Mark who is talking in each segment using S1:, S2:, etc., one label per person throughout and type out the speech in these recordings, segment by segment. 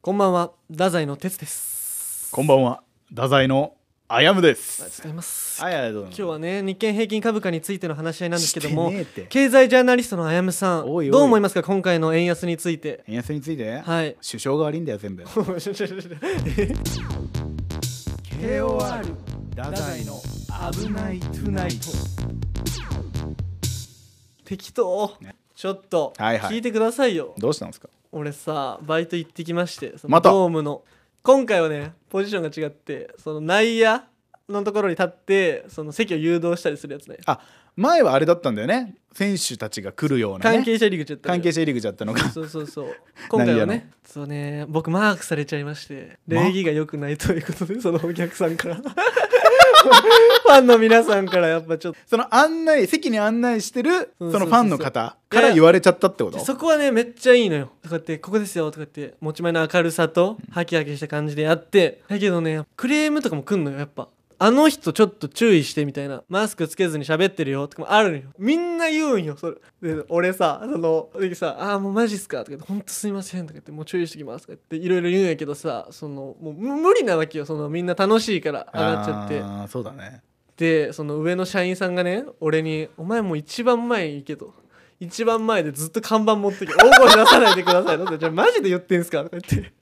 S1: こんばんは、太宰の哲です。
S2: こんばんは、太宰のあやむです。
S1: 使います。
S2: あやどうも
S1: 今日はね、日経平均株価についての話し合いなんですけども
S2: してねえって、
S1: 経済ジャーナリストのあやむさん、
S2: おいおい
S1: どう思いますか、今回の円安について。
S2: 円安について、
S1: はい。
S2: 首相が悪いんだよ 全部。
S1: KOR
S2: 太
S1: 宰の
S2: 危ないトゥナイト。
S1: 適当
S2: ね。
S1: ちょっと、
S2: はいはい
S1: 聞いてくださいよ。
S2: どうしたんですか。
S1: 俺さ、バイト行ってきまして、その
S2: また
S1: ドームの。今回はね、ポジションが違って、その内野のところに立って、その席を誘導したりするやつね。
S2: あ、前はあれだったんだよね。選手たちが来るようなね。
S1: 関係者入り口やったのよ
S2: 関係者入り口だったのが。
S1: そうそうそう今回は
S2: 何や
S1: ねそうね僕マークされちゃいまして礼儀が良くないということでそのお客さんから ファンの皆さんからやっぱちょっ
S2: その案内席に案内してる
S1: そうそうそうそう
S2: そのファンの方
S1: いや
S2: か
S1: いや
S2: ら言われちゃったってこと
S1: と。そこはねめっちゃいいのよとかって「ここですよ」とかって持ち前の明るさとハキハキした感じでやってだけどねクレームとかも来んのよやっぱ。あの人ちょっと注意してみたいなマスクつけずに喋ってるよとかもあるのよみんな言うんよそれで俺さそのでさ「ああもうマジっすか」とか言って「ほんとすいません」とか言って「もう注意してきます」とか言っていろいろ言うんやけどさそのもうむ無理なわけよそのみんな楽しいから上がっちゃって
S2: あーそうだね。
S1: でその上の社員さんがね俺に「お前もう一番前に行け」と。一番前でずっと看板持ってきて「大声出さないでください」って「じゃあマジで言ってんすか?」とか言って「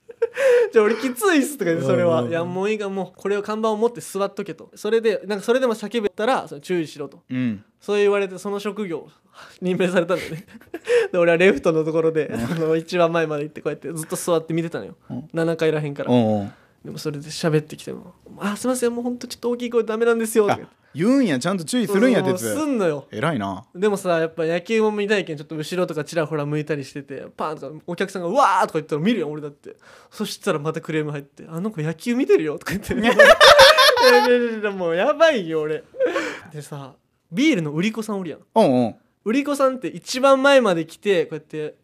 S1: じゃあ俺きついっす」とか言ってそれは「
S2: うんうんうん
S1: いやもういいからもうこれを看板を持って座っとけ」とそれでなんかそれでも叫べたらその注意しろと
S2: うん。
S1: そう言われてその職業任命されたんだよねで俺はレフトのところでその一番前まで行ってこうやってずっと座って見てたのよ
S2: うん
S1: 7階らへんから
S2: おうおう
S1: でもそれで喋ってきても「あすいませんもうほんとちょっと大きい声ダメなんですよ」とか
S2: あ
S1: 言って。
S2: 言うんやちゃんと注意するんや
S1: そう
S2: 鉄
S1: そうそうすんのよ
S2: 偉いな
S1: でもさやっぱ野球も見たいけんちょっと後ろとかちらほら向いたりしててパーンとかお客さんが「うわー!」とか言ったら見るよ俺だってそしたらまたクレーム入って「あの子野球見てるよ」とか 言っていやいやいやもうやばいよ俺でさビールの売り子さんおるやん
S2: おうんうん
S1: 売り子さんって一番前まで来てこうやって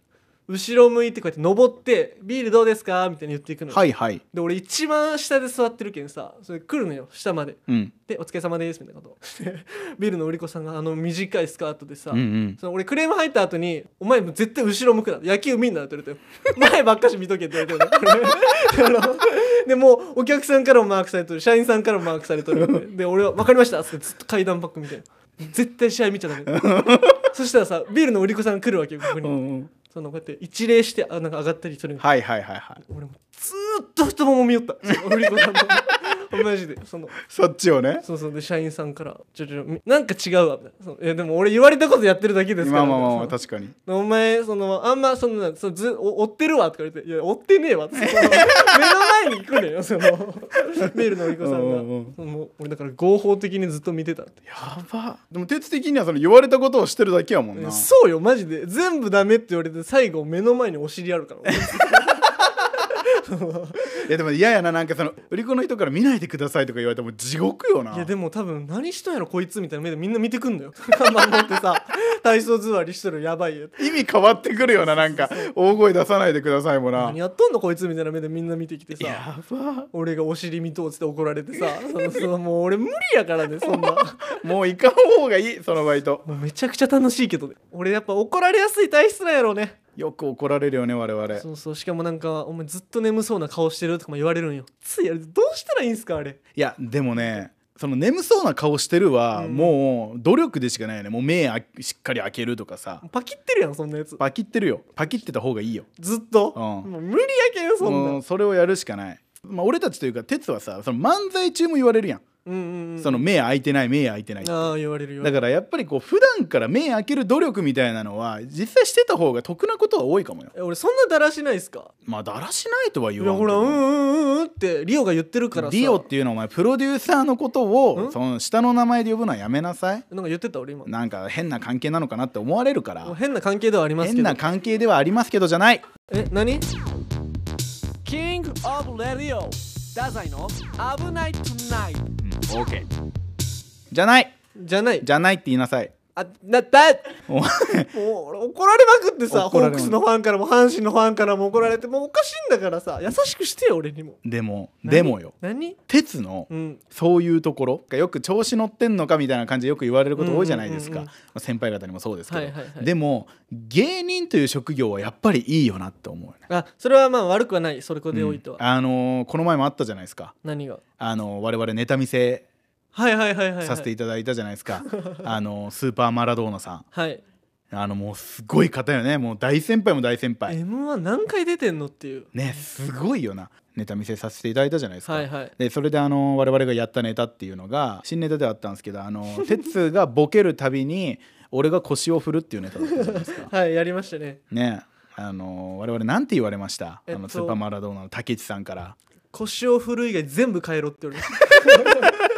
S1: 後ろ向いてこうやって登って「ビールどうですか?」みたいに言っていくのよ、
S2: はいはい
S1: で俺一番下で座ってるけんさそれ来るのよ下まで
S2: うん
S1: で「お疲れ様です」みたいなこと でビールの売り子さんがあの短いスカートでさ、
S2: うんうん
S1: その俺クレーム入った後に「お前もう絶対後ろ向くな野球見んな」って言われて「前ばっかし見とけ」って言われてるあの でもうお客さんからもマークされとる社員さんからもマークされとるで俺は「分かりました」っつってずっと階段バックみたいな絶対試合見ちゃダ メそしたらさビールの売り子さん来るわけよここ
S2: う
S1: に、
S2: んうん
S1: そのこうやって一礼してあなんか上がったりするんよ
S2: はいはいはいはい
S1: 俺もずーっと太もも見よったその売り子さん のマジでその
S2: そっちをね
S1: そうそうで社員さんから「ちょちょみなんか違うわ」みたいなその「いやでも俺言われたことやってるだけですか
S2: ま
S1: ら」
S2: あまあまあま
S1: みたい
S2: あ
S1: な
S2: 確かに
S1: お前そのあんまそのそのずお追ってるわとか言って「いや追ってねえわ」ってその 目の前に来るのよその メールのおりこさんが
S2: うんうんうん
S1: そのもう俺だから合法的にずっと見てたって
S2: やばでも鉄的にはその言われたことをしてるだけやもんな
S1: そうよマジで全部ダメって言われて最後目の前にお尻あるから俺
S2: いやでも嫌やななんかその売り子の人から見ないでくださいとか言われても地獄よない
S1: やでも多分何しとんやろこいつみたいな目でみんな見てくんのよ看板持ってさ 体操座りしとるやばいやつ
S2: 意味変わってくるよななんか大声出さないでくださいもな
S1: 何やっとんのこいつみたいな目でみんな見てきてさ
S2: やば
S1: 俺がお尻見通って怒られてさそのそのもう俺無理やからねそんな。
S2: もう行かん方がいいそのバイト
S1: もうめちゃくちゃ楽しいけどね俺やっぱ怒られやすい体質なんやろうね
S2: よく怒られるよね我々
S1: そうそうしかもなんかお前ずっと眠そうな顔してるとかも言われるんよついあれどうしたらいいんすかあれ
S2: いやでもねその眠そうな顔してるは、
S1: うん
S2: もう努力でしかないよねもう目あしっかり開けるとかさ
S1: パキってるやんそんなやつ
S2: パキってるよパキってた方がいいよ
S1: ずっと、
S2: うん
S1: もう無理やけんそんな
S2: もうそれをやるしかない、まあ、俺たちというか哲はさその漫才中も言われるやん、
S1: うんうんうん
S2: その目開いてない目開いてない
S1: ああ言われるよ
S2: だからやっぱりこう普段から目開ける努力みたいなのは実際してた方が得なことは多いかもよ
S1: え俺そんなだらしないっすか
S2: まあだらしないとはい言わ
S1: や
S2: ん
S1: ほ
S2: け
S1: ら
S2: ど
S1: うんうんうんうんってリオが言ってるからさ
S2: ディオっていうのはお前プロデューサーのことを
S1: ん
S2: その下の名前で呼ぶのはやめなさい
S1: なんか言ってた俺今
S2: なんか変な関係なのかなって思われるか
S1: もう
S2: ら
S1: 変な関係ではありますけ
S2: 変
S1: ど
S2: な関係ではありますけどじゃない
S1: え何キングオブレディオダザイの危ないトゥナイト
S2: オーケーじゃない
S1: じゃない
S2: じゃないって言いなさい
S1: あなった
S2: お前
S1: もう俺怒られまくってさホ
S2: 怒られ
S1: ー
S2: ま
S1: ク
S2: く
S1: スのファンからも阪神のファンからも怒られてもうおかしいんだからさ優しくしてよ俺にも
S2: でもでもよ
S1: 何
S2: 鉄の
S1: うん
S2: そういうところよく調子乗ってんのかみたいな感じでよく言われること多いじゃないです
S1: うん
S2: か
S1: うんうん
S2: まあ先輩方にもそうですけど、
S1: はいはいはい
S2: でも芸人という職業はやっぱりいいよなって思うよね
S1: あそれはまあ悪くはないそれこでおいては、
S2: うんあのーこの前もあったじゃないですか
S1: 何が
S2: あのー我々ネタ見せ
S1: はいはいはいはい、はい、
S2: させていただいたじゃないですか、あのースーパーマラドーナさん
S1: はい、
S2: あのもうすごい方よねもう大先輩も大先輩
S1: m 1何回出てんのっていう
S2: ねすごいよなネタ見せさせていただいたじゃないですか、
S1: はいはい
S2: でそれであの我々がやったネタっていうのが新ネタではあったんですけどあの 鉄がボケるたびに俺が腰を振るっていうネタだったじゃないで すか
S1: はいやりましたね
S2: ねあの我々なんて言われました、
S1: えっ
S2: あ
S1: と
S2: のスーパーマラドーナの竹内さんから
S1: 腰を振る以外全部変えろって言われました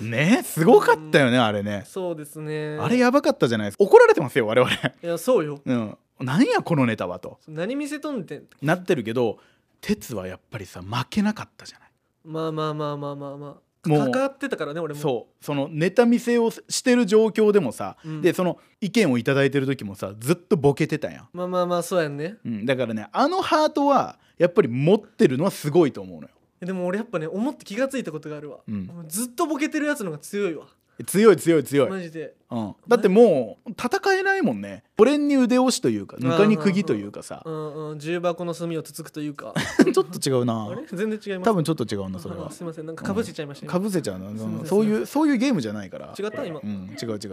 S2: ねすごかったよねあれね
S1: そうですね
S2: あれやばかったじゃないですか怒られてますよ我々
S1: いやそうよ
S2: うん何やこのネタはと
S1: 何見せとんねん
S2: なってるけど鉄はやっぱりさ負けなかったじゃない
S1: まあまあまあまあまあまあ
S2: も
S1: か
S2: う
S1: かってたからね俺も
S2: そうそのネタ見せをしてる状況でもさ、
S1: うん
S2: でその意見をいただいてる時もさずっとボケてたやん、
S1: まあまあまあそうやんね
S2: うん、だからねあのハートはやっぱり持ってるのはすごいと思うのよ
S1: でも俺やっぱね思って気がついたことがあるわ、
S2: うん
S1: もうずっとボケてるやつの方が強いわ
S2: 強い強い強い、
S1: マジで
S2: うん、だってもう戦えないもんねこれに腕押しというかぬかに釘というかさ
S1: うんうん重箱の隅をつつくというか
S2: ちょっと違うな
S1: あれ全然違います
S2: 多分ちょっと違うなそれは
S1: あすいませんなんかかぶせちゃいましたね、
S2: かぶせちゃうな
S1: すいません
S2: そういうそういうゲームじゃないから
S1: 違った今
S2: うん、違う違う違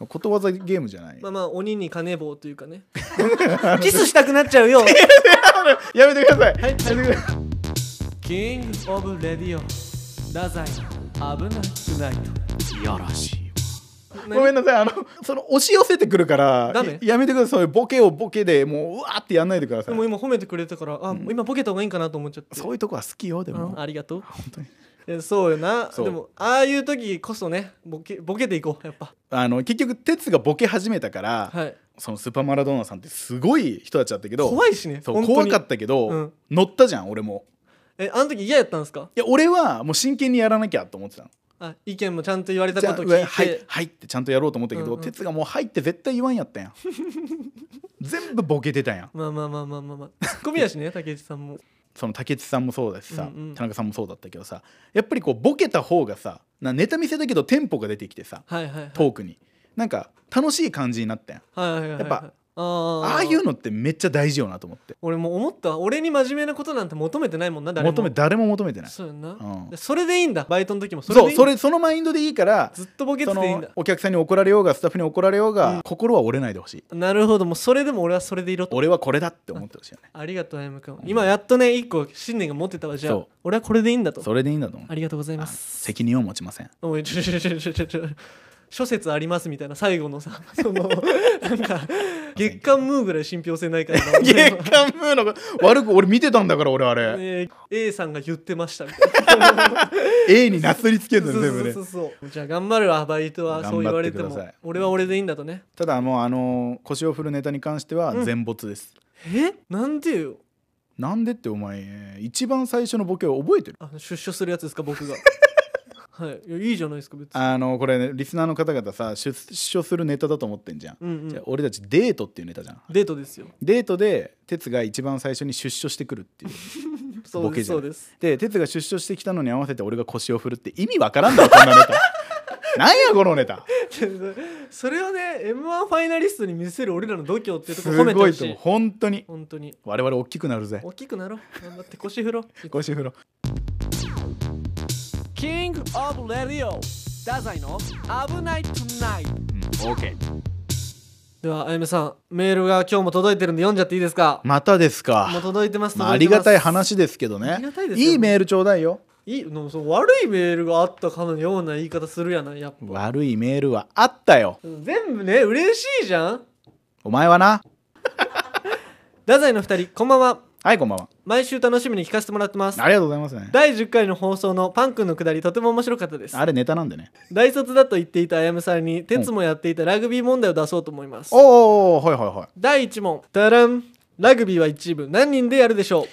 S2: うことわざゲームじゃない、
S1: まあまあ鬼に金棒というか ねキスしたくなっちゃうよ
S2: やめてください、
S1: はいキングオブレディオ太宰危なくない
S2: いやらしいわ
S1: と
S2: ごめんなさいあのその押し寄せてくるから
S1: ダメ
S2: ややめてくださいそういうボケをボケでもううわーってやんないでくださ
S1: で
S2: い
S1: も今褒めてくれたからあ、今ボケた方がいいんかなと思っちゃって
S2: そういうとこは好きよでも
S1: あありがとう
S2: 本当に
S1: えそうよな
S2: そう
S1: でもああいう時こそねボケボケていこうやっぱ
S2: あの結局哲がボケ始めたから、
S1: はい
S2: そのスーパーマラドーナさんってすごい人たちだったけど
S1: 怖いしね
S2: そう
S1: 本当
S2: 怖
S1: に
S2: かったけど、
S1: うん
S2: 乗ったじゃん俺も
S1: えあの時嫌やったんですか
S2: いや俺はもう真剣にやらなきゃと思ってたの
S1: あ意見もちゃんと言われた
S2: じゃ
S1: こ
S2: あ
S1: と
S2: う
S1: 聞い
S2: わ
S1: て、
S2: はいはいってちゃんとやろうと思ったけ
S1: うんう
S2: ど
S1: ん
S2: 哲、がもうはいって絶対言わんやっ たやん全部ボケてたやん
S1: まあまあまあまあまあまあツッコミやしね 竹内さんも
S2: その竹内さんもそうだしさ、
S1: うんうん
S2: 田中さんもそうだったけどさやっぱりこうボケた方がさなネタ見せだけどテンポが出てきてさ
S1: はいはいはい
S2: トークになんか楽しい感じになったやん
S1: はいはいはいはい
S2: やっぱ
S1: あー
S2: ああいうのってめっちゃ大事よなと思って
S1: 俺もう思ったわ俺に真面目なことなんて求めてないもんな誰も
S2: 求め誰も求めてない
S1: そうやんな、
S2: うん
S1: でそれでいいんだバイトの時もそれでい
S2: そ
S1: いだ
S2: うんそれそのマインドでいいから
S1: ずっとボケて
S2: そ
S1: ていいん
S2: の
S1: だ
S2: お客さんに怒られようがスタッフに怒られようが、心は折れないでほしい
S1: なるほどもうそれでも俺はそれでいろと
S2: 俺はこれだって思ってほしいよね
S1: ありがとうあやむくん今やっとね一個信念が持ってたわじゃ
S2: そ
S1: あ
S2: う
S1: 俺はこれでいいんだと
S2: それでいいんだと思う
S1: ありがとうございま
S2: あ
S1: す
S2: 責任を持ちません
S1: おいちょちょちょちょちょちょ諸説ありますみたいな最後の さそのなんか月刊ムーぐらい信憑 性ないからな
S2: 月刊ムーの悪く俺見てたんだから俺あれ
S1: えー A さんが言ってましたみたいな
S2: A になすりつけるの
S1: そう
S2: 全
S1: そ
S2: 部
S1: う
S2: ね
S1: そうそうじゃあ頑張るわバイトはそう言われて
S2: 頑張っ
S1: も
S2: てください
S1: 俺は俺でいいんだとね
S2: ただもうあのー腰を振るネタに関しては全没です、
S1: えなんでよ
S2: なんでってお前一番最初のボケを覚えてる
S1: あの出所するやつですか僕 がはいいやいいじゃないですか別に
S2: あのこれ、ね、リスナーの方々さ出出所するネタだと思ってんじゃん、
S1: うんうん
S2: じゃあ俺たちデートっていうネタじゃん
S1: デートですよ
S2: デートで哲が一番最初に出所してくるっていう
S1: そう
S2: ボ
S1: で
S2: ケ
S1: す
S2: じゃん
S1: そうです
S2: で哲が出所してきたのに合わせて俺が腰を振るって意味わからんだろこんなネタなんやこのネタ
S1: それはね m 1ファイナリストに見せる俺らの度胸っていうとこ
S2: す
S1: 褒めて
S2: ご
S1: ほ
S2: い
S1: し
S2: と思う
S1: い
S2: 本当に
S1: 本当に
S2: 我々大きくなるぜ
S1: 大きくなろう頑張って腰振ろう
S2: 腰振ろう
S1: キングオブレディオダザイの危ないトゥナイト
S2: うん OK
S1: ではあやめさんメールが今日も届いてるんで読んじゃっていいですか
S2: またですか
S1: もう届いてます
S2: まあ、
S1: 届て
S2: あり
S1: ます
S2: がたい話ですけどね
S1: ありがたいですよ
S2: いメールちょうだいよ
S1: いいのその悪いメールがあったかのような言い方するやないやっぱ
S2: 悪いメールはあったよ
S1: 全部ね嬉しいじゃん
S2: お前はな
S1: 太宰の二人こんばんは
S2: はいこんばんは
S1: 毎週楽しみに聞かせてもらってます
S2: ありがとうございますね
S1: 第10回の放送のパン君のくだりとても面白かったです
S2: あれネタなんでね
S1: 大卒だと言っていたあやむさんに鉄もやっていたラグビー問題を出そうと思います
S2: おおはいはいはい
S1: 第1問ダランラグビーは一部何人でやるでしょ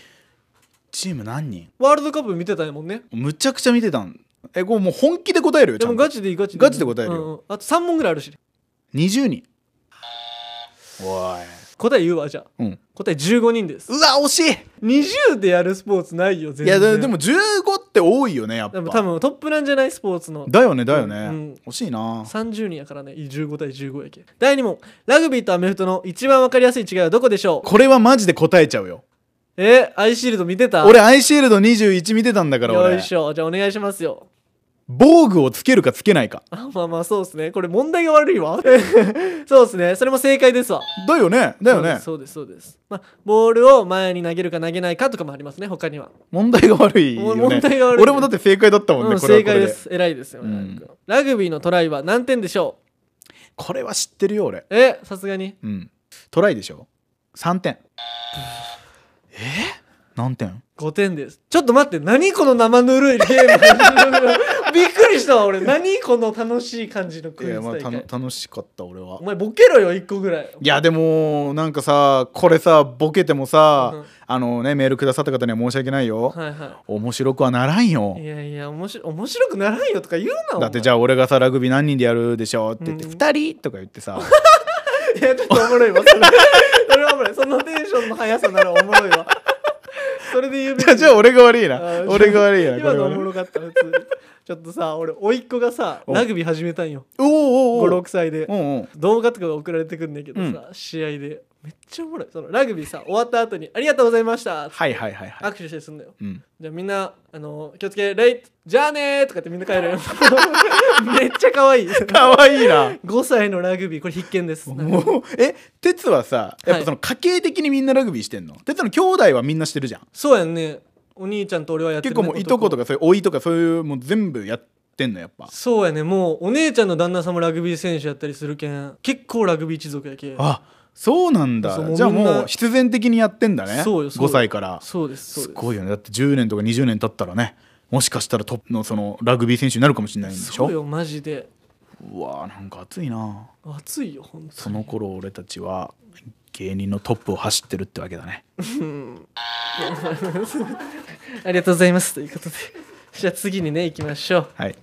S2: チーム何人
S1: うワールドカップ見てたんやもんね
S2: むちゃくちゃ見てたんえこれもう本気で答えるよち
S1: で
S2: ゃ
S1: も
S2: んと
S1: ガチでいいガチ
S2: ガチで答えるよ
S1: うんうんあと3問ぐらいあるし
S2: 20人おい
S1: 答え言うわじゃあ
S2: うん
S1: 答え15人です
S2: うわ惜しい
S1: 20でやるスポーツないよ全
S2: いや
S1: 然
S2: ででも15って多いよねやっ
S1: で
S2: ぱ
S1: も多分トップなんじゃないスポーツの
S2: だよねだよね、
S1: うん
S2: 惜しいな
S1: 30人やからね15対15やけ第2問ラグビーとアメフトの一番わかりやすい違いはどこでしょう
S2: これはマジで答えちゃうよ
S1: えアイシールド見てた
S2: 俺アイシールド21見てたんだから
S1: よ
S2: 俺
S1: いしょじゃあお願いしますよ
S2: 防具をつけるかつけないか
S1: あ まあまあそうですねこれ問題が悪いわ そうですねそれも正解ですわ
S2: だよねだよね
S1: そうですそうですそうですまあボールを前に投げるか投げないかとかもありますね他には
S2: 問題が悪いよ、ね、
S1: もう問題が悪い
S2: 俺もだって正解だったもんね、
S1: うん
S2: これは
S1: 正
S2: これ
S1: 解
S2: で
S1: です偉いですよね、
S2: う
S1: ラ
S2: ん
S1: グビーラグビーのトライは何点でしょ
S2: これは知ってるよ俺
S1: うえさすがに
S2: うんトライでしょ3点え何点
S1: 5点ですちょっと待って何この生ぬるいゲーム びっくりしたわ俺何この楽しい感じの
S2: い
S1: クイズ
S2: や、まあ、
S1: 大会
S2: たの楽しかった俺は
S1: お前ボケろよ1個ぐらい
S2: いやでもなんかさこれさボケてもさ、
S1: うん
S2: あのねメールくださった方には申し訳ないよ、
S1: はいは
S2: 面白くはならんよ
S1: いいやいや面白面白くならんよとか言うな
S2: だってじ
S1: ゃ
S2: ゃあ俺がさラグビー何人でやるでしょって言って
S1: うん
S2: 2人とか言ってさ
S1: いやちょっとおもろいわそれそれはおもろいそのテンションの速さならおもろいわそれで言うべき
S2: じゃあじゃあ俺が悪い
S1: あ
S2: な
S1: ー
S2: 俺が悪いなこ
S1: 今
S2: れ
S1: の
S2: は
S1: お
S2: ね
S1: もろかった普通にちょっとさ俺甥っ子がさ
S2: お
S1: ラグビー始めたんよ
S2: おうおうおう
S1: 56歳で
S2: うんうん
S1: 動画とかが送られてくんだけどさ、試合でめっちゃおもろいそのラグビーさ終わった後に「ありがとうございました」
S2: はいはいはいは
S1: 握
S2: い
S1: 手してすんだよ
S2: うん
S1: じゃあみんなあの気をつけレイじゃあねーとかってみんな帰 るよめっちゃ可愛い
S2: かわいいな
S1: 5歳のラグビーこれ必見です
S2: もうえ哲はさやっ
S1: は
S2: ぱ
S1: い
S2: その家系的にみんなラグビーしてんの哲の兄弟はみんなしてるじゃん
S1: そうやんねお兄ちゃんと俺はやって
S2: 結
S1: る、ね、
S2: 構もういとこと
S1: か
S2: かそういう甥とかそういうもう全部やってんのやっぱ
S1: そうやねもうお姉ちゃんの旦那さんもラグビー選手やったりするけん結構ラグビー一族やけ
S2: あそうなんだ
S1: そうもう
S2: じゃあ
S1: みんな
S2: もう必然的にやってんだね
S1: そうよそうよ
S2: 5歳から
S1: そうですそう
S2: す
S1: です
S2: ごいよねだって10年とか20年経ったらねもしかしたらトップのそのラグビー選手になるかもしれないんでし
S1: そう
S2: ょ
S1: よマジで
S2: うわーなんか熱いな
S1: 熱いよ本当
S2: その頃俺たちは芸人のトップを走ってるってわけだね
S1: ありがとうございますということで じゃあ次にね行きましょう
S2: はい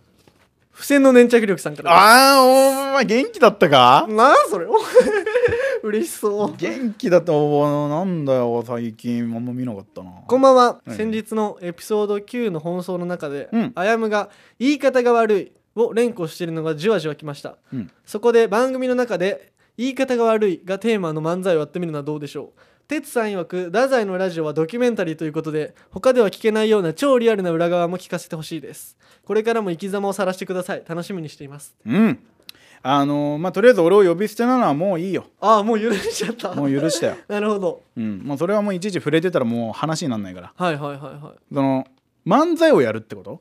S1: 付箋の粘着力さんから
S2: あーお前元気だったか
S1: なあそれ 嬉しそう
S2: 元気だったおなんだよ最近あんま見なかったな
S1: こんばんは、
S2: はい
S1: 先日のエピソード9の放送の中で、
S2: うん
S1: あやむが「言い方が悪い」を連呼しているのがじわじわきました
S2: うん
S1: そこで番組の中で「言い方が悪い」がテーマの漫才をやってみるのはどうでしょう哲さん曰く太宰のラジオはドキュメンタリーということで他では聞けないような超リアルな裏側も聞かせてほしいですこれからも生き様を晒してください楽しみにしています
S2: うんあのーまあとりあえず俺を呼び捨てなのはもういいよ
S1: ああもう許しちゃった
S2: もう許 したよ
S1: なるほど
S2: うんもうそれはもういちいち触れてたらもう話になんないから
S1: はいはいはいはい
S2: その漫才をやるってこと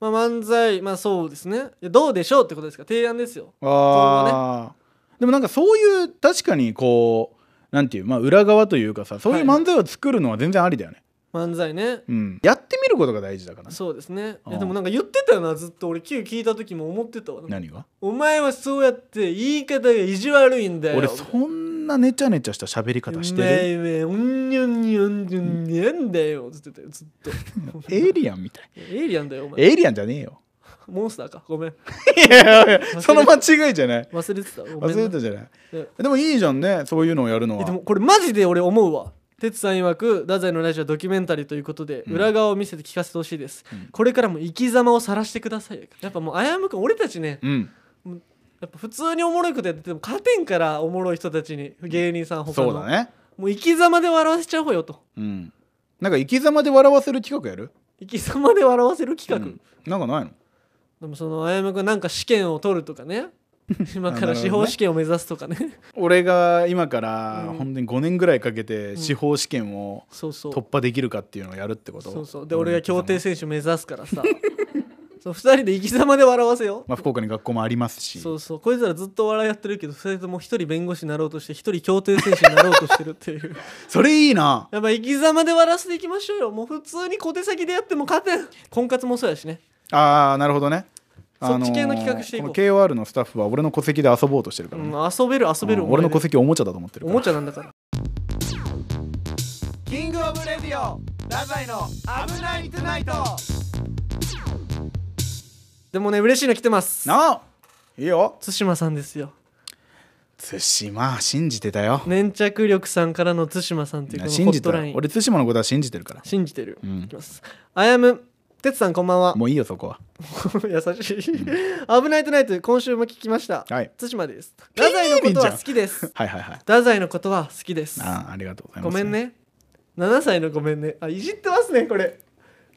S1: まあ漫才まあそうですねいやどうでしょうってことですか提案ですよ
S2: あーでもなんかそういう確かにこうなんていう、まあ、裏側というかさそういう漫才を作るのは全然ありだよね、
S1: 漫才ね
S2: うん、やってみることが大事だからね
S1: そうですねい
S2: ああ
S1: やでもなんか言ってたよなずっと俺 Q 聞いた時も思ってたわ
S2: 何が
S1: お前はそうやって言い方が意地悪いんだよ
S2: 俺そんなねちゃねちゃした喋り方して
S1: うめ
S2: る
S1: いうめえうんにゅんにゅんにゅんにゅんだよずっと言ってたよずっと
S2: エイリアンみたい
S1: エイリアンだよお前
S2: エイリアンじゃねえよ
S1: モンスターかごめん
S2: いやいやいやその間違いじゃない
S1: 忘れてたごめ
S2: 忘
S1: んな
S2: れたじゃない
S1: え
S2: でもいいじゃんねそういうのをやるの
S1: えで
S2: は
S1: もこれマジで俺思うわ哲さん曰く太宰のラジオはドキュメンタリーということで、
S2: うん
S1: 裏側を見せて聞かせてほしいです、
S2: うん
S1: これからも生き様を晒してくださいよやっぱもうあやむくん俺たちね
S2: うん
S1: やっぱ普通におもろいことやってても勝てんからおもろい人たちに芸人さん他の
S2: そうだね
S1: もう生き様で笑わせちゃおうよと
S2: うんなんか生き様で笑わせる企画やる
S1: 生き様で笑わせる企画、
S2: うんなんかないの
S1: でもそのあやむくんなんか試験を取るとか ね今から司法試験を目指すとかね
S2: 俺が今から
S1: うん
S2: 本当に5年ぐらいかけて司法試験を
S1: そうそう
S2: 突破できるかっていうのをやるってこと
S1: そうそうで俺が競艇選手目指すからさそう2人で生き様で笑わせよう
S2: まあ、福岡に学校もありますし
S1: そうそうこいつらずっとお笑いやってるけど2人とも1人弁護士になろうとして1人競艇選手になろうとしてるっていう
S2: それいいな
S1: やっぱ生き様で笑わせていきましょうよもう普通に小手先でやっても勝てん婚活もそうやしね
S2: ああなるほどね
S1: そっち系の企画していこう
S2: あのーの KOR のスタッフは俺の戸籍で遊ぼうとしてるか
S1: う
S2: ら、
S1: ん
S2: ね
S1: 遊べる遊べる
S2: うん俺の戸
S1: 小手
S2: 籍おもちゃだと思ってる
S1: お
S2: から
S1: もちゃなんだから
S2: キングオブレディオラザイの危ないトゥナイト
S1: でもね嬉しいの来てます
S2: なあいいよ
S1: 対馬さんですよ
S2: 対馬信じてたよ、
S1: 粘着力さんからの対馬さんっていうこのホ
S2: 信
S1: ッ
S2: じ
S1: ト
S2: た
S1: ライン
S2: 俺対馬のことは信じてるから
S1: 信じてる、
S2: うん
S1: いきますあやむてつさんこんばんは
S2: もういいよそこは
S1: 優しい、危ないトナイト今週も聞きました
S2: はい
S1: 対馬です
S2: ー
S1: 太宰のことは好きです
S2: はいはいはい
S1: 太宰のことは好きです
S2: ああありがとうございま
S1: ご
S2: す
S1: めんね7歳のごめんねあいじってますねこれ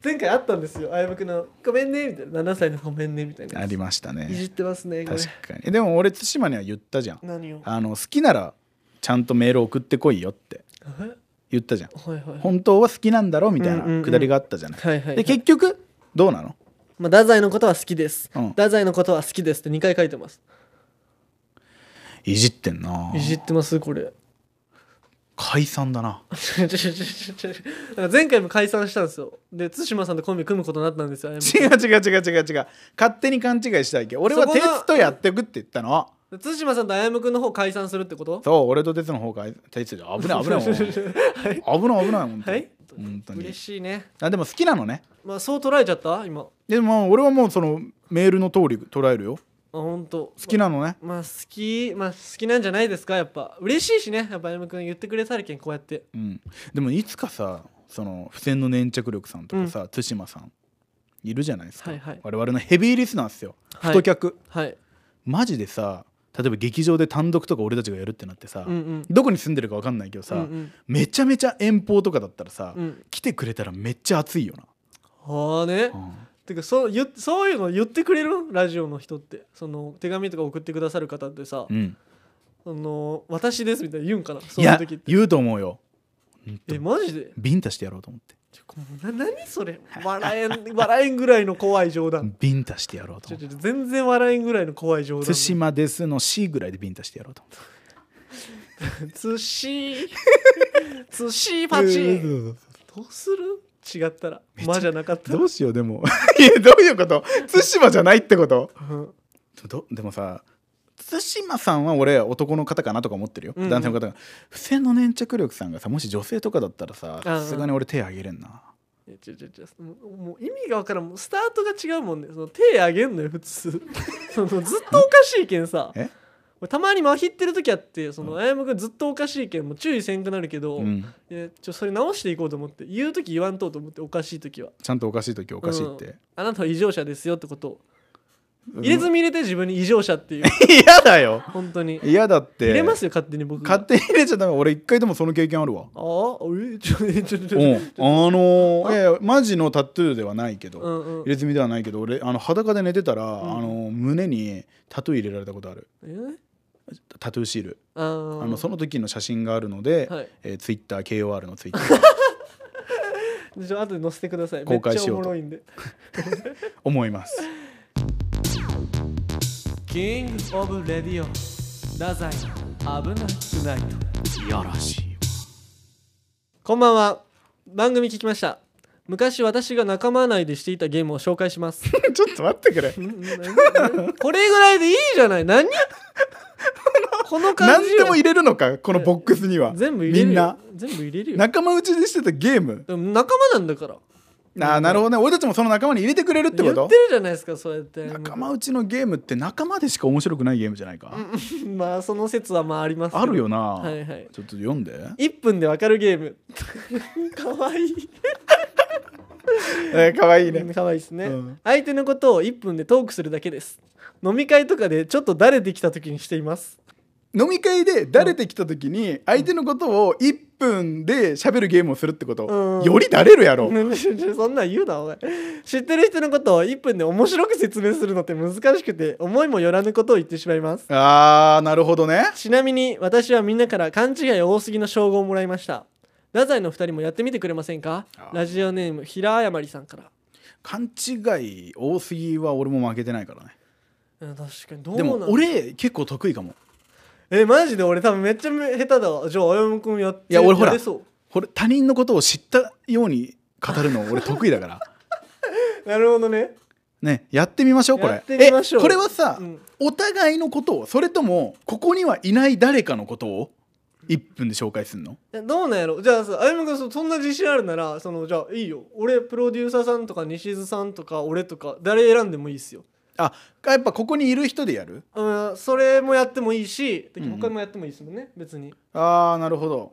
S1: 前回あったんですよあやむくんのごめんねみたいな7歳のごめんねみたいな
S2: ありました
S1: いじっ
S2: ね
S1: てますねこれ
S2: 確かにでも俺対馬には言ったじゃん
S1: 何を
S2: あの好きならちゃんとメール送ってこいよって
S1: えはい
S2: 言ったじゃん
S1: はいはい
S2: 本当は好きなんだろみたい
S1: うんうんうん
S2: なくだりがあったじゃない、
S1: はいはい
S2: で結局どうなの
S1: まあ、太宰のことは好きです、
S2: うん
S1: 太宰のことは好きですって2回書いてます
S2: いじってんない
S1: じってますこれ
S2: 解散だな
S1: ちょちょちょちょちょなんか前回も解散したんですよで対馬さんとコンビ組むことになったんですよあやむ
S2: 違う違う違う違う違う勝手に勘違いしたわけ俺は
S1: そこが
S2: 鉄とやってくって言ったの
S1: で対馬さんとあやむくんの方解散するってこと
S2: そう俺と鉄の方が鉄で危ない危ないもん危ない危ない本 当
S1: は
S2: に
S1: い
S2: 本当に
S1: 嬉しいね
S2: あでも好きなのね
S1: まあそう捉えちゃった今あ
S2: でも俺はもうそのメールの通り捉えるよ
S1: 本当
S2: 好きなのね
S1: まあ好きまあ好きなんじゃないですかやっぱ嬉しいしねやっぱあやむくん言ってくれたらけんこうやって
S2: うんでもいつかさその付箋の粘着力さんとかさ対馬さんいるじゃないですか
S1: はいはい
S2: 我々のヘビーリスナーっすよ
S1: はい
S2: 太客
S1: はい
S2: マジでさ例えば劇場で単独とか俺たちがやるってなってさ
S1: うんうん
S2: どこに住んでるか分かんないけ
S1: うん
S2: ど
S1: う
S2: さ
S1: ん
S2: めちゃめちゃ遠方とかだったらさ、
S1: うん
S2: 来てくれたらめっちゃ熱いよな、
S1: はあねてかそうゆそういうの言ってくれるラジオの人ってその手紙とか送ってくださる方ってさ
S2: うん
S1: 「あの私です」みたいな言うんかなそ
S2: いう
S1: いう
S2: や
S1: 時って
S2: 言うと思うようんと
S1: えマジで
S2: ビンタしてやろうと思って
S1: ちょこな何それ笑えん 笑えんぐらいの怖い冗談
S2: ビンタしてやろうと
S1: ちょ
S2: 思っ
S1: ち
S2: て
S1: ょ全然笑えんぐらいの怖い冗談
S2: 対馬ですの C ぐらいでビンタしてやろうと思って
S1: つ しつしパチン
S2: うんうん
S1: どうする違ったらまじゃなかったら
S2: どうしようでも いやどういうこと対馬じゃないってこと
S1: うん
S2: どでもさ対馬さんは俺男の方かなとか思ってるよ、
S1: うんうん
S2: 男性の方が不正の粘着力さんがさもし女性とかだったらさ
S1: うんうん
S2: さすがに俺手あげれんな、
S1: いや違う違う違うもうもう意味が分からんもうスタートが違うもんねその手あげんのよ普通 そのずっとおかしいけんさ
S2: え
S1: 俺たまにまひってる時あってその
S2: う
S1: あやむくんずっとおかしいけんもう注意せんくなるけど、
S2: うん
S1: いやちょそれ直していこうと思って言う時言わんとうと思っておかしい時は
S2: ちゃんとおかしい時おかしいって、
S1: あなたは異常者ですよってことを入れ墨入れて自分に異常者って いう
S2: 嫌だよ
S1: 本当に入
S2: 嫌だって
S1: れますよ勝手に僕
S2: 勝手に入れちゃダメ俺一回でもその経験あるわ
S1: ああえちょえちょちょち
S2: うん
S1: ょ
S2: あのー、いやいやマジのタトゥーではないけど、
S1: うんうん
S2: 入れ墨ではないけど俺あの裸で寝てたら、
S1: ん
S2: あのー胸にタトゥー入れられたことある
S1: え
S2: タトゥーシール
S1: あー
S2: あのその時の写真があるので、
S1: はい
S2: えー、ツイッター KOR のツイッタ ー
S1: じゃあ後で載せてください
S2: 公開しよ
S1: めっちゃおも
S2: うと
S1: ろいんで
S2: 思います
S1: キングオブレディオ太宰危なくないと
S2: いやらしい
S1: こんばんは番組聞きました昔私が仲間内でしていたゲームを紹介します
S2: わ ちょっと待ってくれ
S1: うんうん何 これぐらいでいいじゃない 何この感
S2: 何
S1: じ
S2: でも入
S1: よ
S2: れるのかこのボックスには
S1: 全部入れる
S2: みん
S1: よ
S2: な
S1: 全部入れるよ
S2: 仲間内でしてたゲーム
S1: でも仲間なんだから
S2: ああなるほどね俺たちもその仲間に入れてくれるって
S1: 言
S2: こ
S1: っ
S2: と
S1: てるじゃないですかそうやって
S2: 仲間内のゲームって仲間でしか面白くないゲームじゃないか、
S1: まあその説はまあありますけど
S2: あるよな、
S1: はいはい
S2: ちょっと読んで
S1: 1分でわかるゲー ムかわい い
S2: えー、かわいいね、
S1: 可愛いですね、
S2: うん
S1: 相手のことを1分でトークするだけです飲み会とかでちょっとだれてきた時にしています
S2: 飲み会でだれてきた時に相手のことを1分で喋るゲームをするってこと、
S1: うん
S2: よりだれるやろ、
S1: そんなん言うなお前知ってる人のことを1分で面白く説明するのって難しくて思いもよらぬことを言ってしまいます
S2: あーなるほどね
S1: ちなみに私はみんなから勘違い多すぎの称号をもらいました太宰の2人もやってみてくれませんか
S2: あ
S1: ラジオネーム平謝りさんから
S2: 勘違い多すぎは俺も負けてないからね
S1: うん確かにどう
S2: で
S1: な
S2: も
S1: の
S2: 俺結構得意かも
S1: えマジで俺多分めっちゃめ下手だわじゃああやむくんやって
S2: いや俺ほら
S1: やれそう
S2: これ他人のことを知ったように語るの俺得意だから
S1: なるほどね
S2: ねやってみましょうこれ
S1: やってみましょう
S2: えこれはさ、
S1: うん
S2: お互いのことをそれともここにはいない誰かのことを1分で紹介するの
S1: えどうなんやろじゃあさあやむくんそそんな自信あるならそのじゃあいいよ俺プロデューサーさんとか西津さんとか俺とか誰選んでもいいっすよ
S2: あやっぱここにいる人でやる
S1: うん、それもやってもいいし
S2: うんうん
S1: 他もやってもいいですもんね、別に
S2: ああなるほど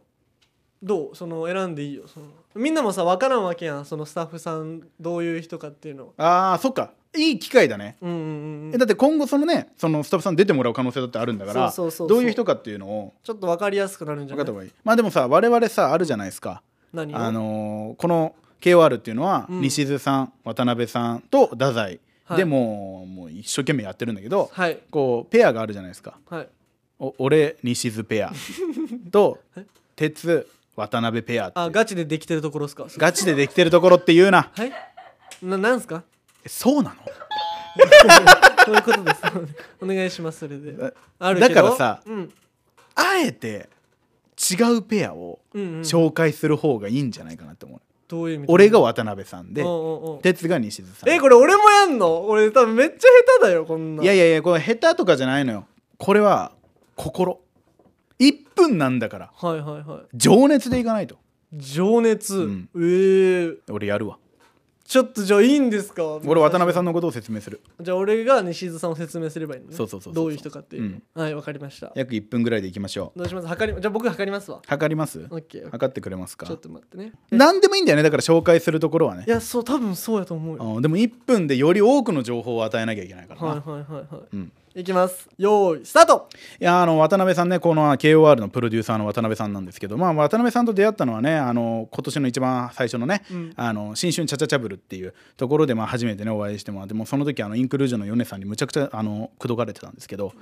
S1: どうその選んでいいよそのみんなもさ分からんわけやんそのスタッフさんどういう人かっていうのは
S2: ああそっかいい機会だね、
S1: うんうんう
S2: え
S1: ん
S2: だって今後そのねそのスタッフさん出てもらう可能性だってあるんだから
S1: そうそうそうそう
S2: どういう人かっていうのを
S1: ちょっと分かりやすくなるんじゃ
S2: 分
S1: な
S2: かっ
S1: い
S2: た方がいいまあでもさ我々さあるじゃないですか
S1: 何を
S2: あのーこの KOR っていうのは、
S1: うん
S2: 西津さん渡辺さんと太宰
S1: はい
S2: でもう,、もう一生懸命やってるんだけど
S1: はい
S2: こうペアがあるじゃないですか
S1: はい
S2: お俺西津ペア と鉄渡辺ペアって
S1: あガチでできてるところっすか
S2: ガチでできてるところって言うな
S1: はいななんす か
S2: えそうな
S1: そういうことですお願いしますそれで
S2: の
S1: あるけど
S2: だからさ
S1: うん
S2: あえて違うペアを
S1: うん、うん、
S2: 紹介する方がいいんじゃないかなって思う、
S1: どういう意味
S2: 俺が渡辺さんで
S1: おうおうおう
S2: 鉄が西津さん
S1: えこれ俺もやんの俺多分めっちゃ下手だよこんない
S2: やいやいやこの下手とかじゃないのよこれは心1分なんだから
S1: はいはいは
S2: 情熱でいかないと
S1: い情熱、
S2: うん
S1: えー、
S2: 俺やるわ
S1: ちょっとじゃあいいんですか
S2: 俺渡辺
S1: ん
S2: さんのことを説明する
S1: じゃあ俺が西津さんを説明すればいいのね
S2: そうそうそうそう
S1: どういう人かっていう、
S2: うん
S1: はいわかりました
S2: 約1分ぐらいでいきましょう
S1: どうします測りじゃあ僕測りますわ
S2: 測ります
S1: オッケーオッケ
S2: 測ってくれます
S1: ーちょ
S2: か
S1: っと待ってね
S2: 何でもいいんだよねだから紹介するところはね
S1: いやそう多分そうやと思うよ
S2: うんでも1分でより多くの情報を与えなきゃいけないからな、
S1: はいはいはいはい、
S2: うん
S1: いきますよーいスタート
S2: いやあの渡辺さんねこの KOR のプロデューサーの渡辺さんなんですけど、まあ、渡辺さんと出会ったのはねあの今年の一番最初のね「
S1: うん
S2: あの新春チャチャチャブル」っていうところで、まあ、初めてねお会いしてもらってもうその時あのインクルージョンの米さんにむちゃくちゃあの口説かれてたんですけど、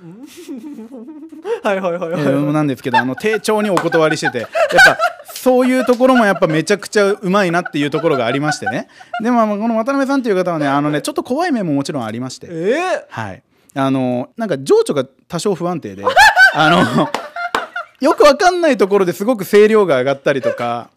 S1: はいはいはい
S2: え
S1: はい、
S2: ーなんですけどあの丁重にお断りしててやっぱそういうところもやっぱめちゃくちゃうまいなっていうところがありましてねでもあのこの渡辺さんっていう方はねあのねちょっと怖い面ももちろんありまして
S1: えー、
S2: はい。あの、なんか情緒が多少不安定で、あの、よくわかんないところですごく声量が上がったりとか、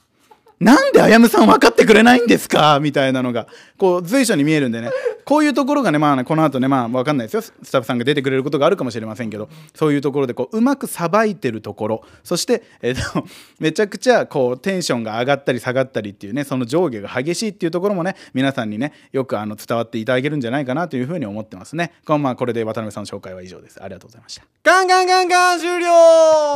S2: なんであやむさん分かってくれないんですかみたいなのが、こう随所に見えるんでね、こういうところがね、まあね、この後ね、まあわかんないですよ、ススタッフさんが出てくれることがあるかもしれませんけど、そういうところでこう、うまくさばいてるところ、そして、えっと、めちゃくちゃこう、テンションが上がったり下がったりっていうね、その上下が激しいっていうところもね、皆さんにね、よくあの伝わっていただけるんじゃないかなというふうに思ってますね。こうまあ、これで渡辺さんの紹介は以上です。ありがとうございました。
S1: ガンガンガンガン終了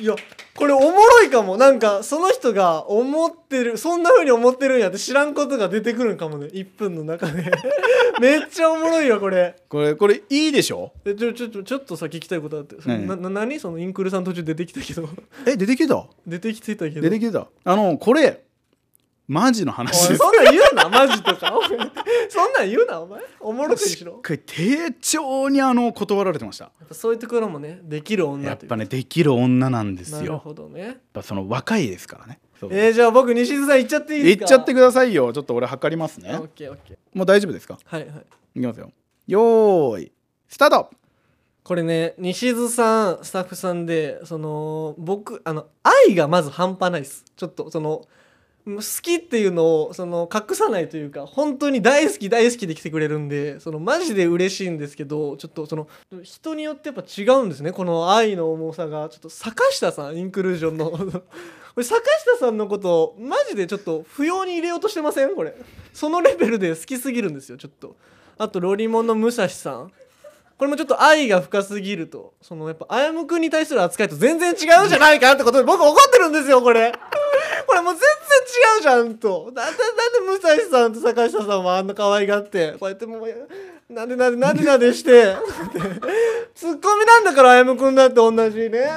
S1: いやこれおもろいかもなんかその人が思ってるそんな風に思ってるんやって知らんことが出てくるんかもね1分の中 でめっちゃおもろいわこれ
S2: これ、これいいでしょ
S1: えちょちょちょちょっとさ聞きたいことあってそ
S2: 何
S1: なな何そのインクルさん途中出てきたけど
S2: え、出てきてた
S1: 出てきてたけど
S2: 出てきてた。あの、これ、マジの話
S1: お
S2: で
S1: い
S2: す。
S1: そんなん言うなマジとかお前そんなん言うなお前おもろくにし
S2: しっ
S1: ろ
S2: かり丁重にあの断られてました
S1: やっぱそういうところもねできる
S2: や
S1: 女
S2: っ
S1: という
S2: ぱねできる女なんです
S1: なる
S2: よやっ
S1: ほどね
S2: ぱその若いですからねそう
S1: えー、じゃあ僕西津さん行っちゃっていい
S2: い
S1: で
S2: っ
S1: すか
S2: ちゃってくださいよちょっと俺測りますね
S1: オッケーオッケー
S2: もう大丈夫ですか
S1: はいはい
S2: いきますよよーいスタート
S1: これね西津さんスタッフさんでその僕あの愛がまず半端ないですちょっとその好きっていうのをその隠さないというか本当に大好き大好きで来てくれるんでそのマジで嬉しいんですけどちょっとその人によってやっぱ違うんですねこの愛の重さがちょっと坂下さんインクルージョンの これ坂下さんのことマジでちょっと不要に入れようとしてませんこれそのレベルで好きすぎるんですよちょっとあとロリモンの武蔵さんこれもちょっと愛が深すぎるとそのやっぱあやむくんに対する扱いと全然違うじゃないかってことで僕怒ってるんですよこれ これもう全然違うじゃんとだってだって武蔵さんと坂下さんはあんな可愛がってこうやってもうなんでなんでなんでなんでして ツッコミなんだからあやむくんだって同じね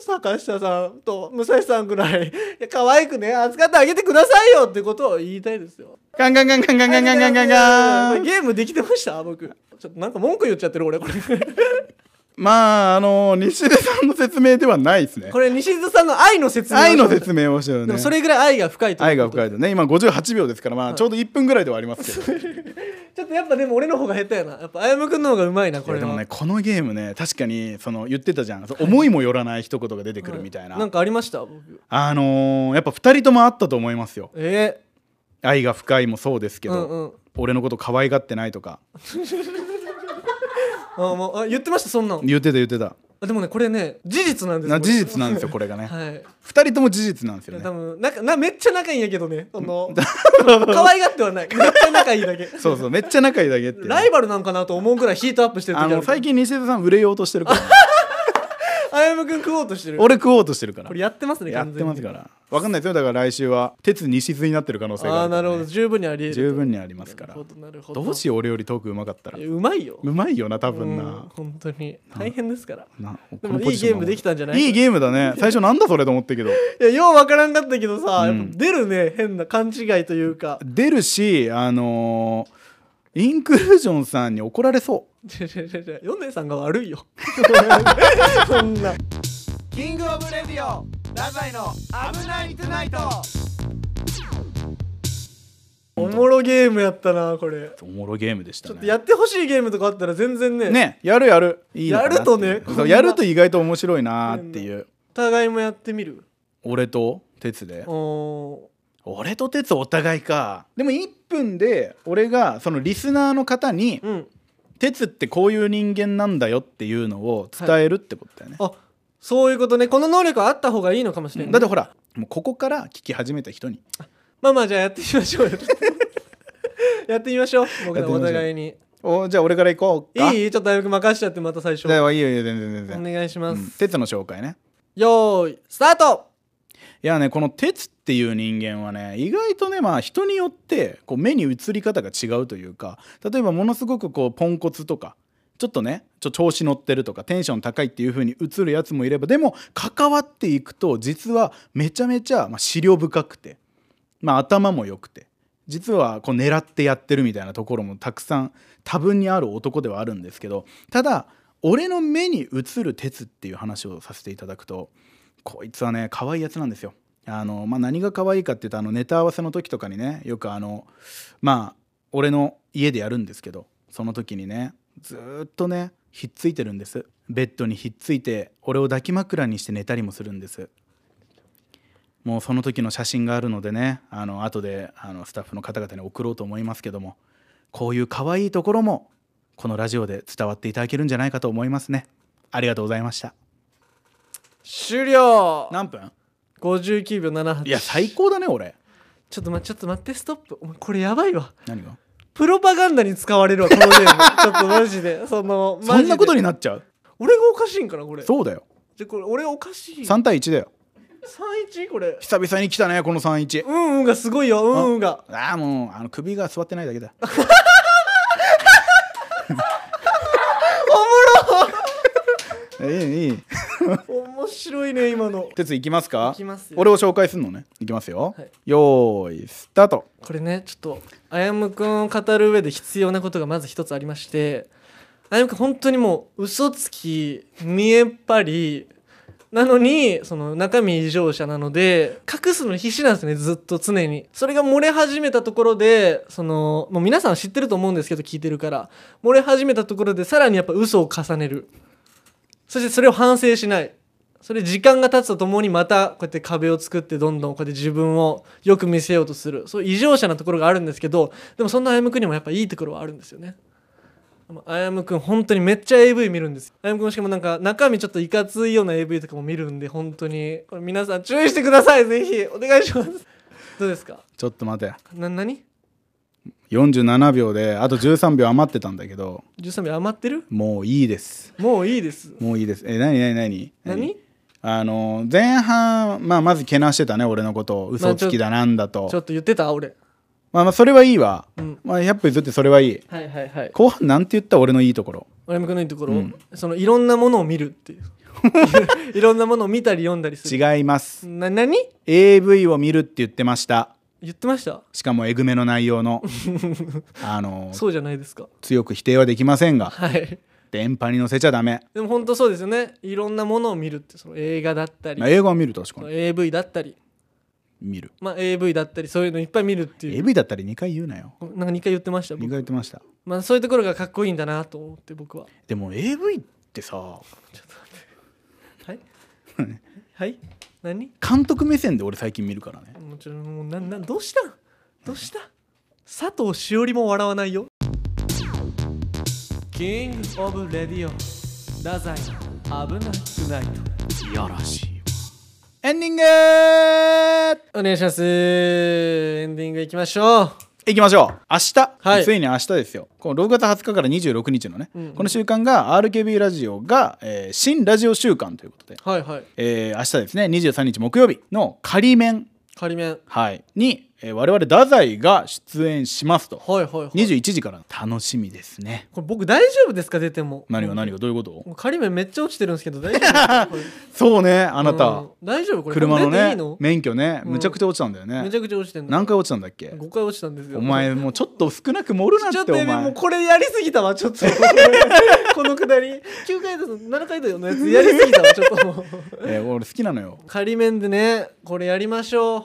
S1: 坂下さんと武蔵さんぐらいいや可愛くね扱ってあげてくださいよってことを言いたいですよ
S2: ガンガンガンガンガンガンガンガンガンガン
S1: ゲームできてました僕ちょっとなんか文句言っちゃってる俺これ
S2: まああの西出さんの説明ではないですね
S1: これ西津さんの愛の説明
S2: 愛の説
S1: 明
S2: 明をしてる
S1: で
S2: ね
S1: もそれぐらい愛が深いとい
S2: 愛
S1: うこ
S2: が
S1: と
S2: 深いとね今58秒ですからまあちょうど1分ぐらいではありますけど
S1: ちょっとやっぱでも俺の方が下手やなやっぱあやむくんの方がうまいなこ
S2: いや
S1: れ
S2: で
S1: は
S2: もねこのゲームね確かにその言ってたじゃんそう思いもよらない一言が出てくるみたいな
S1: なんかありました僕
S2: あのーやっぱ2人ともあったと思いますよ
S1: え
S2: 愛が深いもそうですけ
S1: え
S2: ど、
S1: うんうん
S2: 俺のこと可愛がってないとか
S1: あもうあ言ってましたそんなん
S2: 言ってた言ってた
S1: あでもねこれね事実なんです
S2: な
S1: よ
S2: 事実なんですよこれがね
S1: これはい
S2: 2人とも事実なんですよ
S1: 多
S2: ね
S1: 分なんかなめっちゃ仲いいんやけどねそ の可愛がってはないめっちゃ仲いいだけ
S2: そうそうめっちゃ仲いいだけっていう
S1: ライバルなんかなと思うくらいヒートアップしてる時
S2: あ
S1: ある
S2: の最近西田さん売れようとしてる から
S1: あやむくん食おうとしてる
S2: 俺食おうとしてるから
S1: これやってますね
S2: や
S1: 完
S2: って
S1: 全に
S2: ますから分かんないですよだから来週は鉄西津になってる可能性が
S1: あ
S2: あ
S1: あ
S2: るから
S1: な
S2: ね
S1: るほど十分にありえる
S2: 十分にありますか
S1: な
S2: ら
S1: るほどなるほど
S2: どうしよう俺よりトークうまかったら
S1: いやうまいよ
S2: うまいよな多分な、
S1: うん本当に大変ですから
S2: な
S1: で
S2: こ
S1: も
S2: の
S1: い
S2: ポ
S1: い
S2: ジシ
S1: ゲ
S2: ョ
S1: ー
S2: ン
S1: ム
S2: は
S1: できたんじゃない
S2: いいゲームだね最初なんだそれと思ってけど
S1: いやようわからんかったけどさ、
S2: うん
S1: やっぱ出るね変な勘違いという か
S2: 出るしあのーインクルージョンさんに怒られそ
S1: 違う違う違う違うヨネさんが悪いよ そんな
S2: うキングオブレディオラザイの危ないトゥナイト
S1: おもろゲームやったなこれ
S2: おもろゲームでし
S1: ち
S2: た
S1: ょっ
S2: ね
S1: とやってほしいゲームとかあったら全然ね
S2: ねやるやるいいのかなっていう
S1: やるとね
S2: そうやると意外と面白いなーっていう
S1: お互いもやってみる
S2: 俺と鉄で
S1: お
S2: 俺と鉄お互いかでも1分で俺がそのリスナーの方に
S1: ーうん
S2: 鉄ってこういう人間なんだよっていうのを伝えるってことだよね、
S1: あそういうことねこの能力はあった方がいいのかもしれない、
S2: だってほらもうここから聞き始めた人に
S1: まあまあじゃあやってみましょうよ やってみましょう僕
S2: や
S1: ら
S2: ってみ
S1: お
S2: ましょう
S1: 互いに
S2: おじゃあ俺から行こうかい
S1: いいちょっと大学任しちゃってまた最初
S2: じゃあいいよいいよ全然全
S1: お
S2: 然
S1: 願いしま
S2: うん
S1: す、
S2: 鉄の紹介ね
S1: よーいスタート
S2: いやねこの鉄っていう人間はね意外とねまあ人によってこう目に映り方が違うというか例えばものすごくこうポンコツとかちょっとねちょ調子乗ってるとかテンション高いっていう風に映るやつもいればでも関わっていくと実はめちゃめちゃ、まあ、資料深くて、まあ、頭も良くて実はこう狙ってやってるみたいなところもたくさん多分にある男ではあるんですけどただ俺の目に映る鉄っていう話をさせていただくとこいつはね可愛いやつなんですよ。あのまあ、何が可愛いかっていうとあのネタ合わせの時とかにねよくあのまあ俺の家でやるんですけどその時にねずーっとねひっついてるんですベッドにひっついて俺を抱き枕にして寝たりもするんですもうその時の写真があるのでねあの後であのスタッフの方々に送ろうと思いますけどもこういう可愛いところもこのラジオで伝わっていただけるんじゃないかと思いますねありがとうございました
S1: 終了
S2: 何分
S1: 59秒78
S2: いや最高だね俺
S1: ちょっと待ちょっと待ってストップお前これやばいわ
S2: 何が
S1: プロパガンダに使われるわこの ゲームちょっとマジでそのマジ
S2: そ
S1: で
S2: んなことになっちゃう
S1: 俺がおかしいんかなこれ
S2: そうだよ
S1: じゃこれ俺おかしい
S2: 3対1だよ
S1: 31これ
S2: 久々に来たねこの31
S1: うんうんがすごいようんうんが
S2: ああもうあの首が座ってないだけだ おもろいいいい
S1: 面白いね今の
S2: 鉄いきますか
S1: いきますよ
S2: 俺を紹介するのねいきますよ、
S1: はい
S2: よーいスタート
S1: これねちょっとあやむくんを語る上で必要なことがまず一つありましてあやむくん本当にもう嘘つき見えっ張りなのにその中身異常者なので隠すのに必死なんですねずっと常にそれが漏れ始めたところでそのもう皆さん知ってると思うんですけど聞いてるから漏れ始めたところでさらにやっぱ嘘を重ねるそしてそれを反省しないそれ時間が経つとともにまたこうやって壁を作ってどんどんこうやって自分をよく見せようとするそういう異常者なところがあるんですけどでもそんなあやむくんにもやっぱいいところはあるんですよねあのあやむくん本当にめっちゃ AV 見るんですよあやむくんしかもなんか中身ちょっといかついような AV とかも見るんで本当にこれ皆さん注意してくださいぜひお願いします どうですか
S2: ちょっと待て
S1: な何
S2: 47秒であと13秒余ってたんだけど
S1: ?13 秒余ってる
S2: もういいです
S1: もういいです
S2: もういいですえ何何何
S1: 何
S2: あの前半、まあ、まずけなしてたね俺のことを嘘つきだなんだと、
S1: ちょっと言ってた俺
S2: まあ、まあそれはいいわ、
S1: うん
S2: まあ、100歩譲ってそれはいい
S1: はいはいはい
S2: 後半なんて言った俺のいいところ
S1: 俺向くのいいところ、
S2: うん
S1: そのいろんなものを見るっていう いろんなものを見たり読んだりする
S2: 違います
S1: な何
S2: AV を見るって言ってました
S1: 言ってました
S2: しかもえぐめの内容 のあの
S1: そうじゃないですか
S2: 強く否定はできませんが
S1: はい
S2: 電波に乗せちゃダメ、
S1: でも本当そうですよねいろんなものを見るってその映画だったり
S2: まあ、映画を見る確かに
S1: AV だったり
S2: 見る
S1: まあ AV だったりそういうのいっぱい見るっていう
S2: AV だったり2回言うなよ
S1: なんか2回言ってました
S2: 2回
S1: 僕、
S2: 言ってました
S1: まあ、そういうところがかっこいいんだなと思って僕は
S2: でも AV ってさ
S1: はい はい何
S2: 監督目線で俺最近見るからね
S1: もちろんもうなんなんどうしたんどうしたん佐藤しおりも笑わないよキングオブレディオ太宰の危なくないと
S2: いやらしいエンディング
S1: お願いしますエンディングいきましょう
S2: いきましょう明日、
S1: はい
S2: ついに明日ですよこの6月20日から26日のね、
S1: うん
S2: この週間が RKB ラジオが、えー新ラジオ週間ということで、
S1: はいはい
S2: えー明日ですね23日木曜日の仮面、
S1: 仮面
S2: はい、に、えー我々太宰が出演しますと
S1: はいはいはい
S2: 21時から楽しみですね
S1: これ僕大丈夫ですか出ても
S2: 何が何
S1: が
S2: がどういうこと
S1: 仮面めっちゃ落ちてるんです けど大丈夫ですかこれ
S2: そうねあ
S1: あ
S2: なた
S1: 大丈夫これ
S2: 車の
S1: 出ていい
S2: ね
S1: の
S2: 免許ね
S1: うん
S2: むちゃくちゃ落ちたんだよ
S1: め
S2: ね
S1: ちゃくちゃ落ちてる
S2: 何回落ちたんだっけ
S1: ?5 回落ちたんですよ
S2: お前もうちょっと少なく盛る
S1: ち
S2: な
S1: ょっ
S2: っ
S1: と
S2: てお
S1: やべも
S2: 前
S1: うこれやりすぎたわちょっと このくだり9回だと7回だよのやつやりすぎたわちょっともう
S2: えー俺好きなのよ
S1: 仮面でねこれやりましょう、うん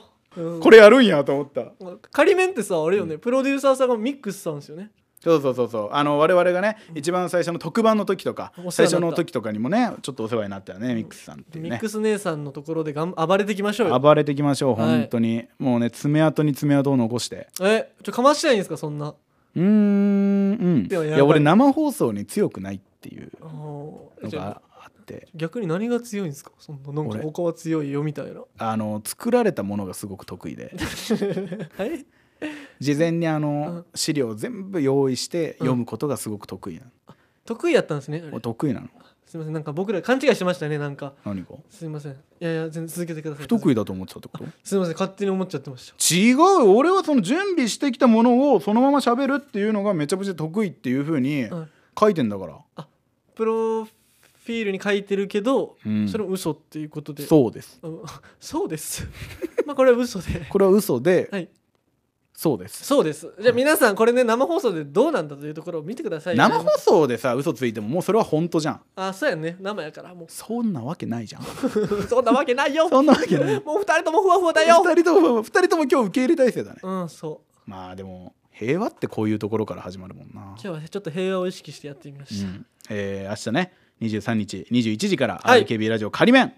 S2: これやるんやと思った
S1: 仮面ってさあれよね、プロデューサーさんがミックスさんですよね
S2: そうそうそうそうあの我々がね一番最初の特番の時とか
S1: お世
S2: 最
S1: 話になった
S2: 初の時とかにもねちょっとお世話になったよねミックスさんっていう
S1: ミッ
S2: ね
S1: クス姉さんのところでがん暴れていきましょうよ
S2: 暴れていきましょう
S1: はい
S2: 本当にもうね爪痕に爪痕を残して
S1: えちょかましたいんですかそんな
S2: うーん
S1: で
S2: う
S1: も
S2: んい
S1: やばい
S2: や俺生放送に強くないっていう
S1: あー
S2: の
S1: じゃ
S2: が
S1: あ
S2: あって
S1: 逆に何が強いんですかそんななんか
S2: 俺
S1: 他は強いよみた いな
S2: あの作られたものがすごく得 意で
S1: はい
S2: 事前にあ
S1: う
S2: の
S1: ん
S2: 資料を全部用意して読むことがすごく得意なの
S1: 得意やったんですねあれ
S2: 俺得意なの
S1: すいませんなんか僕ら勘違いしてましたねなんか
S2: 何が
S1: すいませんいやいや全然続けてください
S2: 不得意だと思ってたってこと
S1: すいません勝手に思っちゃってました
S2: 違う俺はその準備してきたものをそのまま喋るっていうのがめちゃくちゃ得意っていうふうに
S1: うん
S2: 書いてんだから、
S1: プロフィールに書いてるけど、
S2: うん
S1: それも嘘っていうことで
S2: そうです
S1: あの そうです まあこれは嘘で
S2: これは嘘で、
S1: はい
S2: そうです
S1: そうですじゃあ皆さんこれね生放送でどうなんだというところを見てくださいね
S2: 生放送でさ嘘ついてももうそれは本当じゃん
S1: あそう やね生やからも
S2: そんなわ けないじゃん
S1: うそんなわけないよ
S2: そんなわけな い
S1: もう二人ともふわふわだよ
S2: 2人とも二人とも今日受け入れ体制だね
S1: うんそう
S2: まあでも平和ってこういうところから始まるもんな、
S1: 今日はちょっと平和を意識してやってみま
S2: う
S1: した、
S2: んえー明日ね23日21時から
S1: はい
S2: RKB ラジオ仮面、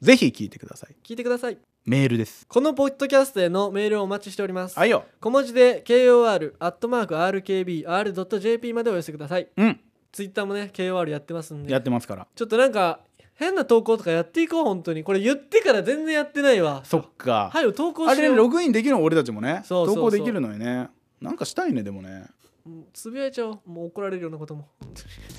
S2: ぜひ聞いてください
S1: 聞いてください
S2: メールです
S1: このポッドキャストへのメールをお待ちしております
S2: はいよ
S1: 小文字で kor.rkbr.jp までお寄せください
S2: うん
S1: ツイッターもね KOR やってますん
S2: やっ
S1: で
S2: てますから
S1: ちょっとなんか変な投稿とかやっていこう本当にこれ言ってから全然やってないわ
S2: そっか
S1: はい投稿
S2: あ
S1: し
S2: れね
S1: よう
S2: ログインできるの俺たちもね
S1: そうそうそう
S2: 投稿できるのにねなんかしたいねでもね
S1: うんつぶやいちゃおうもう怒られるようなことも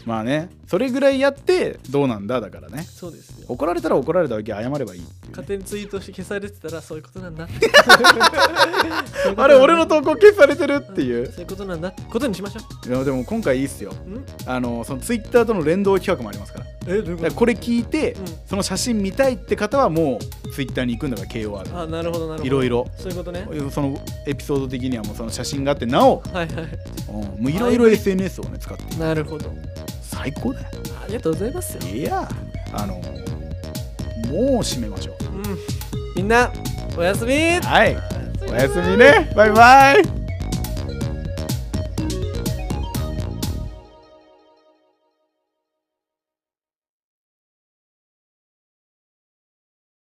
S2: まあねそれぐらいやってどうなんだだからね
S1: そうですよ
S2: 怒られたら怒られただけ謝ればいいっていう
S1: 勝
S2: ね
S1: 手にツイートして消されてたらそういうことなんだ
S2: あれ俺の
S1: と
S2: 投稿消されてるっていう
S1: そういうことなんだってことにしましょ
S2: いやでも今回いいっすよ
S1: ううん
S2: あのそのツイッターとの連動企画もありますからだ
S1: えどういう
S2: からこれ聞いて、
S1: うん
S2: その写真見たいって方はもうツイッターに行くのが KOR
S1: あなるほどなるほど
S2: いろいろ
S1: そういうことね
S2: そのエピソード的にはもうその写真があってなお、
S1: はいはい
S2: うんもういろいろ SNS をね使って
S1: なるほど
S2: 最高だよ
S1: ありがとうございますよ
S2: いやあのもう締めましょう
S1: うんみんなおやすみ
S2: はいおやすみねバイバイ